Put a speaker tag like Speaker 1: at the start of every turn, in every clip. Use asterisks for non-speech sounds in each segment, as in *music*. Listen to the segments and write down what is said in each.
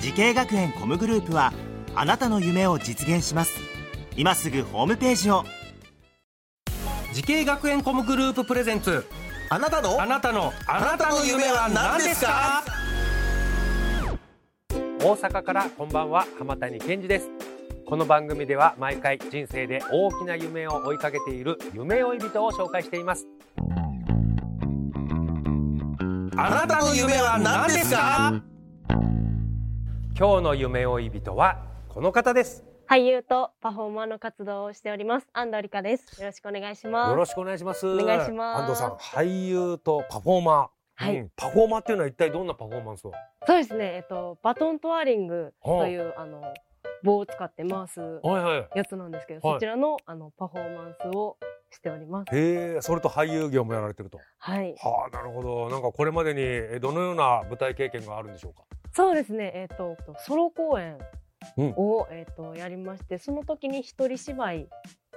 Speaker 1: 時系学園コムグループはあなたの夢を実現します今すぐホームページを
Speaker 2: 時系学園コムグループプレゼンツ
Speaker 3: あなたの
Speaker 2: あなたのあなたの夢は何ですか大阪からこんばんは浜谷健二ですこの番組では毎回人生で大きな夢を追いかけている夢追い人を紹介しています
Speaker 3: あなたの夢は何ですか
Speaker 2: 今日の夢追い人はこの方です
Speaker 4: 俳優とパフォーマーの活動をしております安藤理香ですよろしくお願いします
Speaker 2: よろしくお願いしますお
Speaker 4: 願いします
Speaker 2: 安藤さん俳優とパフォーマー
Speaker 4: はい
Speaker 2: うんパフォーマーっていうのは一体どんなパフォーマンスを
Speaker 4: そうですねえっとバトントワーリング
Speaker 2: はあ
Speaker 4: というあの棒を使って回す
Speaker 2: はいはい
Speaker 4: やつなんですけど、
Speaker 2: はい
Speaker 4: そちらのあのパフォーマンスをしております
Speaker 2: へえ、それと俳優業もやられてると。
Speaker 4: はい
Speaker 2: はあ、なるほど。なんかこれまでにえどのような舞台経験があるんでしょうか。
Speaker 4: そうですねえっとソロ公演
Speaker 2: うん
Speaker 4: を、えっとやりましてその時に一人芝居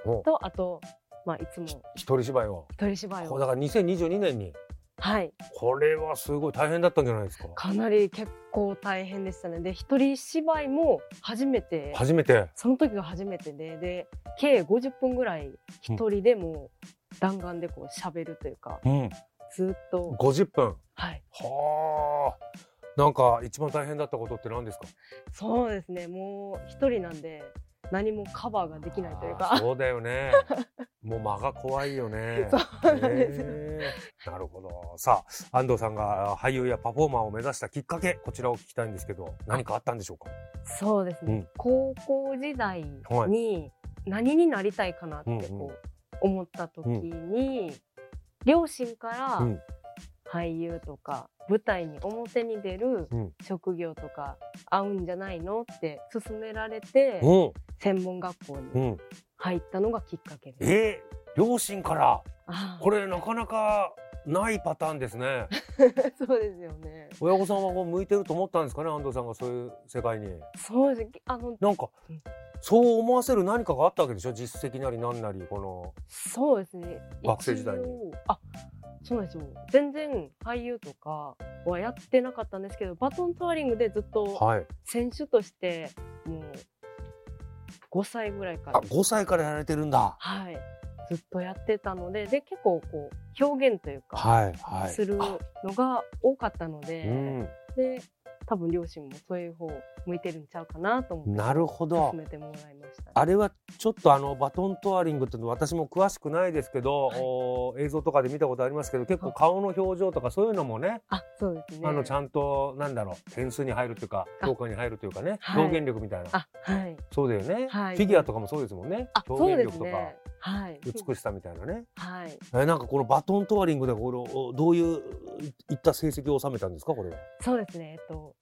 Speaker 2: お
Speaker 4: とあとまあいつも
Speaker 2: 一人芝居を。
Speaker 4: 一人芝居
Speaker 2: こう
Speaker 4: を
Speaker 2: だから2022年に
Speaker 4: はい
Speaker 2: これはすごい大変だったんじゃないですか。
Speaker 4: かなり結構大変でしたねで一人芝居も初めて
Speaker 2: 初めて。
Speaker 4: その時が初めてで、で、計50分ぐらい一人でもう弾丸でこう喋るというか、
Speaker 2: うん。
Speaker 4: ずっと、
Speaker 2: 50分。
Speaker 4: はい。
Speaker 2: はあ。なんか一番大変だったことって何ですか。
Speaker 4: そうですね、もう一人なんで、何もカバーができないというか、
Speaker 2: そうだよ
Speaker 4: *laughs*
Speaker 2: ね。もう間が怖いよね。
Speaker 4: そうなんですよ
Speaker 2: へえなるほど。さあ、安藤さんが俳優やパフォーマーを目指したきっかけ、こちらを聞きたいんですけど、何かあったんでしょうか。
Speaker 4: そうですね、
Speaker 2: うん
Speaker 4: 高校時代
Speaker 2: は
Speaker 4: に何になりたいかなって
Speaker 2: うんうん
Speaker 4: こう思った時に、両親から、
Speaker 2: うん
Speaker 4: 俳優とか舞台に表に出る
Speaker 2: うん
Speaker 4: 職業とか合うんじゃないのって勧められて、
Speaker 2: うん。
Speaker 4: 専門学校
Speaker 2: う
Speaker 4: に
Speaker 2: ん。
Speaker 4: 入ったのがきっかけです。
Speaker 2: えー、両親から
Speaker 4: ああ
Speaker 2: これなかなかないパターンです
Speaker 4: *laughs*
Speaker 2: ね
Speaker 4: そうですよね。
Speaker 2: 親御さんはこう向いてると思ったんですかね安藤さんがそういう世界に
Speaker 4: そうです。あの
Speaker 2: なんか
Speaker 4: うん
Speaker 2: そう思わせる何かがあったわけでしょ実績なり何なりこの
Speaker 4: そうですね。
Speaker 2: 学生時代に
Speaker 4: 一応。あ、そうなんですよ。全然俳優とかはやってなかったんですけど、バトントワーリングでずっと
Speaker 2: はい
Speaker 4: 選手としてもう5歳ぐらいか
Speaker 2: あ
Speaker 4: ら
Speaker 2: 5歳からやられてるんだ
Speaker 4: はいずっとやってたので、で結構こう表現というか。
Speaker 2: はいはい
Speaker 4: するのが多かった
Speaker 2: う
Speaker 4: ので、
Speaker 2: ん
Speaker 4: で多分両親もそういう方向いてるんちゃうかなと思って
Speaker 2: なるほど
Speaker 4: 進めてもらいましたね、
Speaker 2: あれはちょっとあのバトントワーリングっていうの私も詳しくないですけど、
Speaker 4: はい
Speaker 2: お映像とかで見たことありますけど結構顔の表情とかそういうのもね
Speaker 4: あ、そうですね。
Speaker 2: あのちゃんとなんだろう点数に入るというか
Speaker 4: あ
Speaker 2: 評価に入るというかね、
Speaker 4: はい
Speaker 2: 表現力みたいな、
Speaker 4: あ、はい。
Speaker 2: そうだよね、
Speaker 4: はい
Speaker 2: フィギュアとかもそうですもんね
Speaker 4: あ、そ
Speaker 2: 表現
Speaker 4: うです
Speaker 2: 力とか、
Speaker 4: ね。はい。
Speaker 2: 美しさみたいなね
Speaker 4: はい。
Speaker 2: えなんかこのバトントワリングでこのどういういいった成績を収めたんですかこれは
Speaker 4: そうですね。えっと、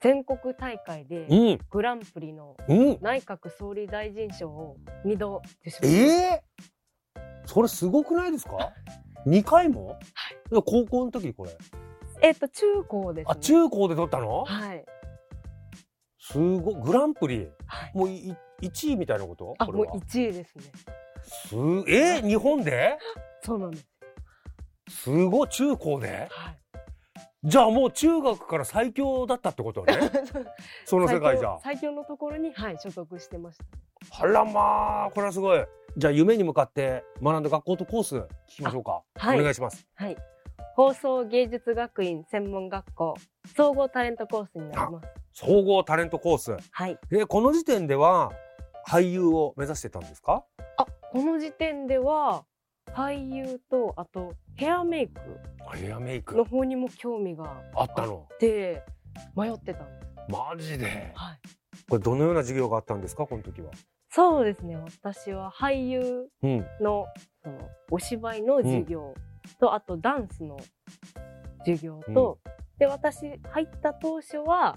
Speaker 4: 全国大会で
Speaker 2: うん
Speaker 4: グランプリの
Speaker 2: うん
Speaker 4: 内閣総理大臣賞を二度受賞
Speaker 2: ええそれすごくないですか2回も、高校の時これ
Speaker 4: えっと、中高ですね。
Speaker 2: あ中高で取ったの
Speaker 4: はい。
Speaker 2: すごいグランプリ
Speaker 4: はい。
Speaker 2: もうい1位みたいなこと
Speaker 4: あ、
Speaker 2: こ
Speaker 4: も
Speaker 2: れ
Speaker 4: う
Speaker 2: は
Speaker 4: 一位ですね。
Speaker 2: すえ日本で
Speaker 4: そうなんです。
Speaker 2: すごい中高で
Speaker 4: はい。
Speaker 2: じゃあもう中学から最強だったってこと
Speaker 4: *laughs*
Speaker 2: ねその世界じゃ
Speaker 4: 最強最強のところに、はい、所属してました。
Speaker 2: あらまあこれはすごいじゃあ夢に向かって学んだ学校とコース聞きましょうか、
Speaker 4: あはい
Speaker 2: お願いします
Speaker 4: はい。放送芸術学院専門学校総合タレントコースになります。
Speaker 2: 総合タレントコース
Speaker 4: はい。
Speaker 2: でこの時点では俳優を目指してたんですか
Speaker 4: あ、この時点では俳優とあとヘアメイク
Speaker 2: ヘアメイク
Speaker 4: の方にも興味が
Speaker 2: あったの
Speaker 4: あって迷ってたんです。
Speaker 2: マジで
Speaker 4: はい。
Speaker 2: これどのような授業があったんですかこの時は
Speaker 4: そうですね。私は俳優
Speaker 2: うん
Speaker 4: のそのお芝居の授業と、あとダンスの授業と、で私入った当初は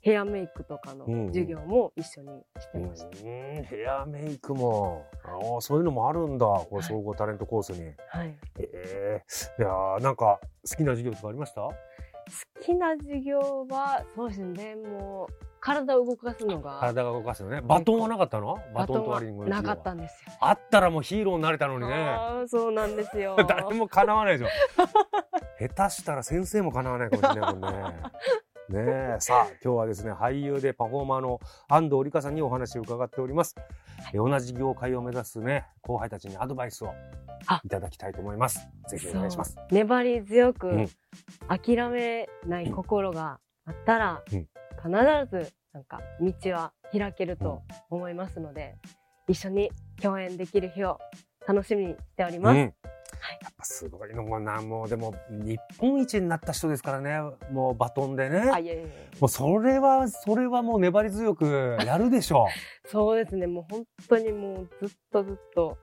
Speaker 4: ヘアメイクとかの
Speaker 2: うんうん
Speaker 4: 授業も一緒にしてました。
Speaker 2: うんヘアメイクもああそういうのもあるんだこれ総合タレントコースに。
Speaker 4: はい。
Speaker 2: ええいやーなんか好きな授業とかありました？
Speaker 4: 好きな授業は、そうですね、もう、体を動かすのが、
Speaker 2: 体が動かすよね。バトンはなかったの？バトントワリングの
Speaker 4: な
Speaker 2: 授業は
Speaker 4: かったんですよ。
Speaker 2: あったらもうヒーローになれたのにね。。
Speaker 4: あーそうなんですよ
Speaker 2: *laughs* 誰も叶わないでしょ下手したら先生も叶わないかもしれないもんねねえさあ今日はですね俳優でパフォーマーの安藤理香さんにお話を伺っております、え同じ業界を目指すね後輩たちにアドバイスを
Speaker 4: あ
Speaker 2: いただきたいと思いますぜひお願いします
Speaker 4: そう粘り強く、
Speaker 2: うん
Speaker 4: 諦めない心があったら、
Speaker 2: うん
Speaker 4: 必ずなんか道は開けると思いますので、一緒に共演できる日を楽しみにしております。
Speaker 2: うんやっぱすごいのもなもうでも日本一になった人ですからねもうバトンでね
Speaker 4: あいやいやいや
Speaker 2: もうそれはそれはもう粘り強くやるでしょう
Speaker 4: そうですねもう本当にもうずっとずっと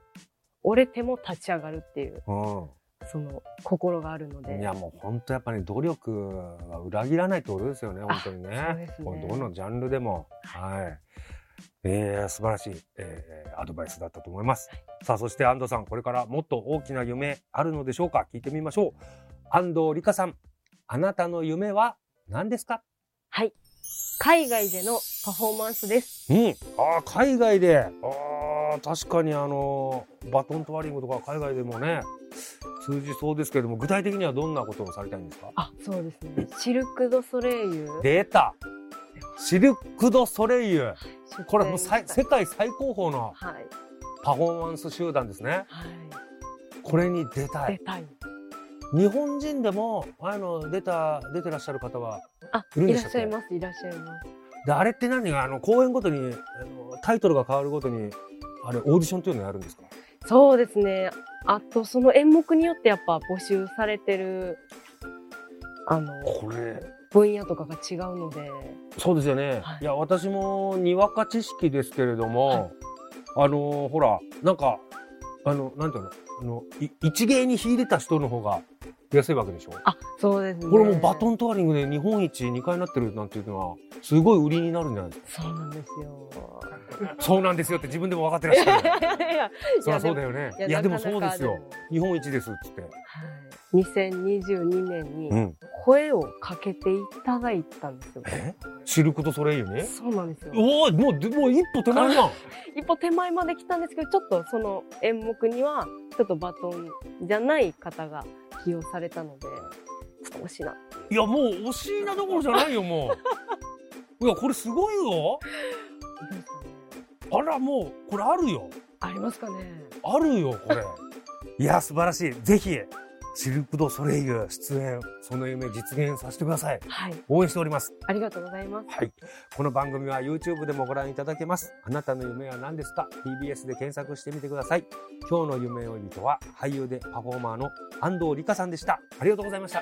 Speaker 4: 折れても立ち上がるっていう *laughs*
Speaker 2: うん
Speaker 4: その心があるので
Speaker 2: いやもう本当やっぱり努力は裏切らないってことですよね本当に
Speaker 4: そう
Speaker 2: ね
Speaker 4: ですね
Speaker 2: もうどのジャンルでもはい、えー素晴らしい、えーアドバイスだったと思います、さあそして安藤さんこれからもっと大きな夢あるのでしょうか聞いてみましょう安藤理香さんあなたの夢は何ですか
Speaker 4: はい海外でのパフォーマンスです
Speaker 2: うん、あー海外であー確かにあのーバトントワリングとか海外でもね通じそうですけれども具体的にはどんなことをされたいんですか
Speaker 4: あそうですねシルク・ドゥ・ソレイユ
Speaker 2: 出たシルク・ドゥ・ソレイユ
Speaker 4: 出
Speaker 2: これもう
Speaker 4: 演
Speaker 2: さい世界最高峰の
Speaker 4: はい
Speaker 2: パフォーマンス集団ですね
Speaker 4: は
Speaker 2: これに出た
Speaker 4: い、
Speaker 2: い
Speaker 4: 出たい。
Speaker 2: 日本人でもあの出た出てらっしゃる方は
Speaker 4: あ、
Speaker 2: いるんで
Speaker 4: いら
Speaker 2: し
Speaker 4: った
Speaker 2: っ
Speaker 4: し
Speaker 2: け
Speaker 4: ゃいます、いらっしゃいます。
Speaker 2: であれって何があの公演ごとにあのタイトルが変わるごとにあれオーディションっていうのやるんですか
Speaker 4: そうですね。あと、その演目によってやっぱ募集されてる、あの、
Speaker 2: これ
Speaker 4: 分野とかが違うので、
Speaker 2: そうですよね、
Speaker 4: はい
Speaker 2: い、や私もにわか知識ですけれども、あのほらなんかあのなんていうのあのい一芸に秀でた人の方が安いわけでしょ
Speaker 4: あ、そうですね。
Speaker 2: これもうバト
Speaker 4: ン。
Speaker 2: ントワリングで日本一2回なってるなんていうのはすごい売りになるんじゃないですか
Speaker 4: そうなんですよ。
Speaker 2: そうなんですよって自分でも分かってらっしゃる
Speaker 4: *laughs* いやいやいや
Speaker 2: そりゃそうだよねいやでもそうです。
Speaker 4: い
Speaker 2: よ
Speaker 4: やなかなか
Speaker 2: 日本一ですっつって、
Speaker 4: はい、2022年に
Speaker 2: ん、
Speaker 4: 声をかけていただいたんですよ。
Speaker 2: えシルク・ドゥ・ソレイユね
Speaker 4: そうなんですよ。
Speaker 2: おおもうでもう一歩手前じゃん
Speaker 4: 一歩手前まで来たんですけどちょっとその演目にはちょっとバトンじゃない方が起用されたのでちょっと惜しいない
Speaker 2: やもう惜しいなどころじゃないよもういやこれすごいよあらもうこれあるよ
Speaker 4: ありますかね
Speaker 2: あるよこれいや素晴らしいぜひシルク・ドゥ・ソレイユ出演その夢実現させてください
Speaker 4: はい
Speaker 2: 応援しております
Speaker 4: ありがとうございます
Speaker 2: はい。この番組は YouTube でもご覧いただけます。あなたの夢は何ですか ?TBS で検索してみてください。今日の夢追い人は俳優でパフォーマーの安藤理香さんでした。ありがとうございました。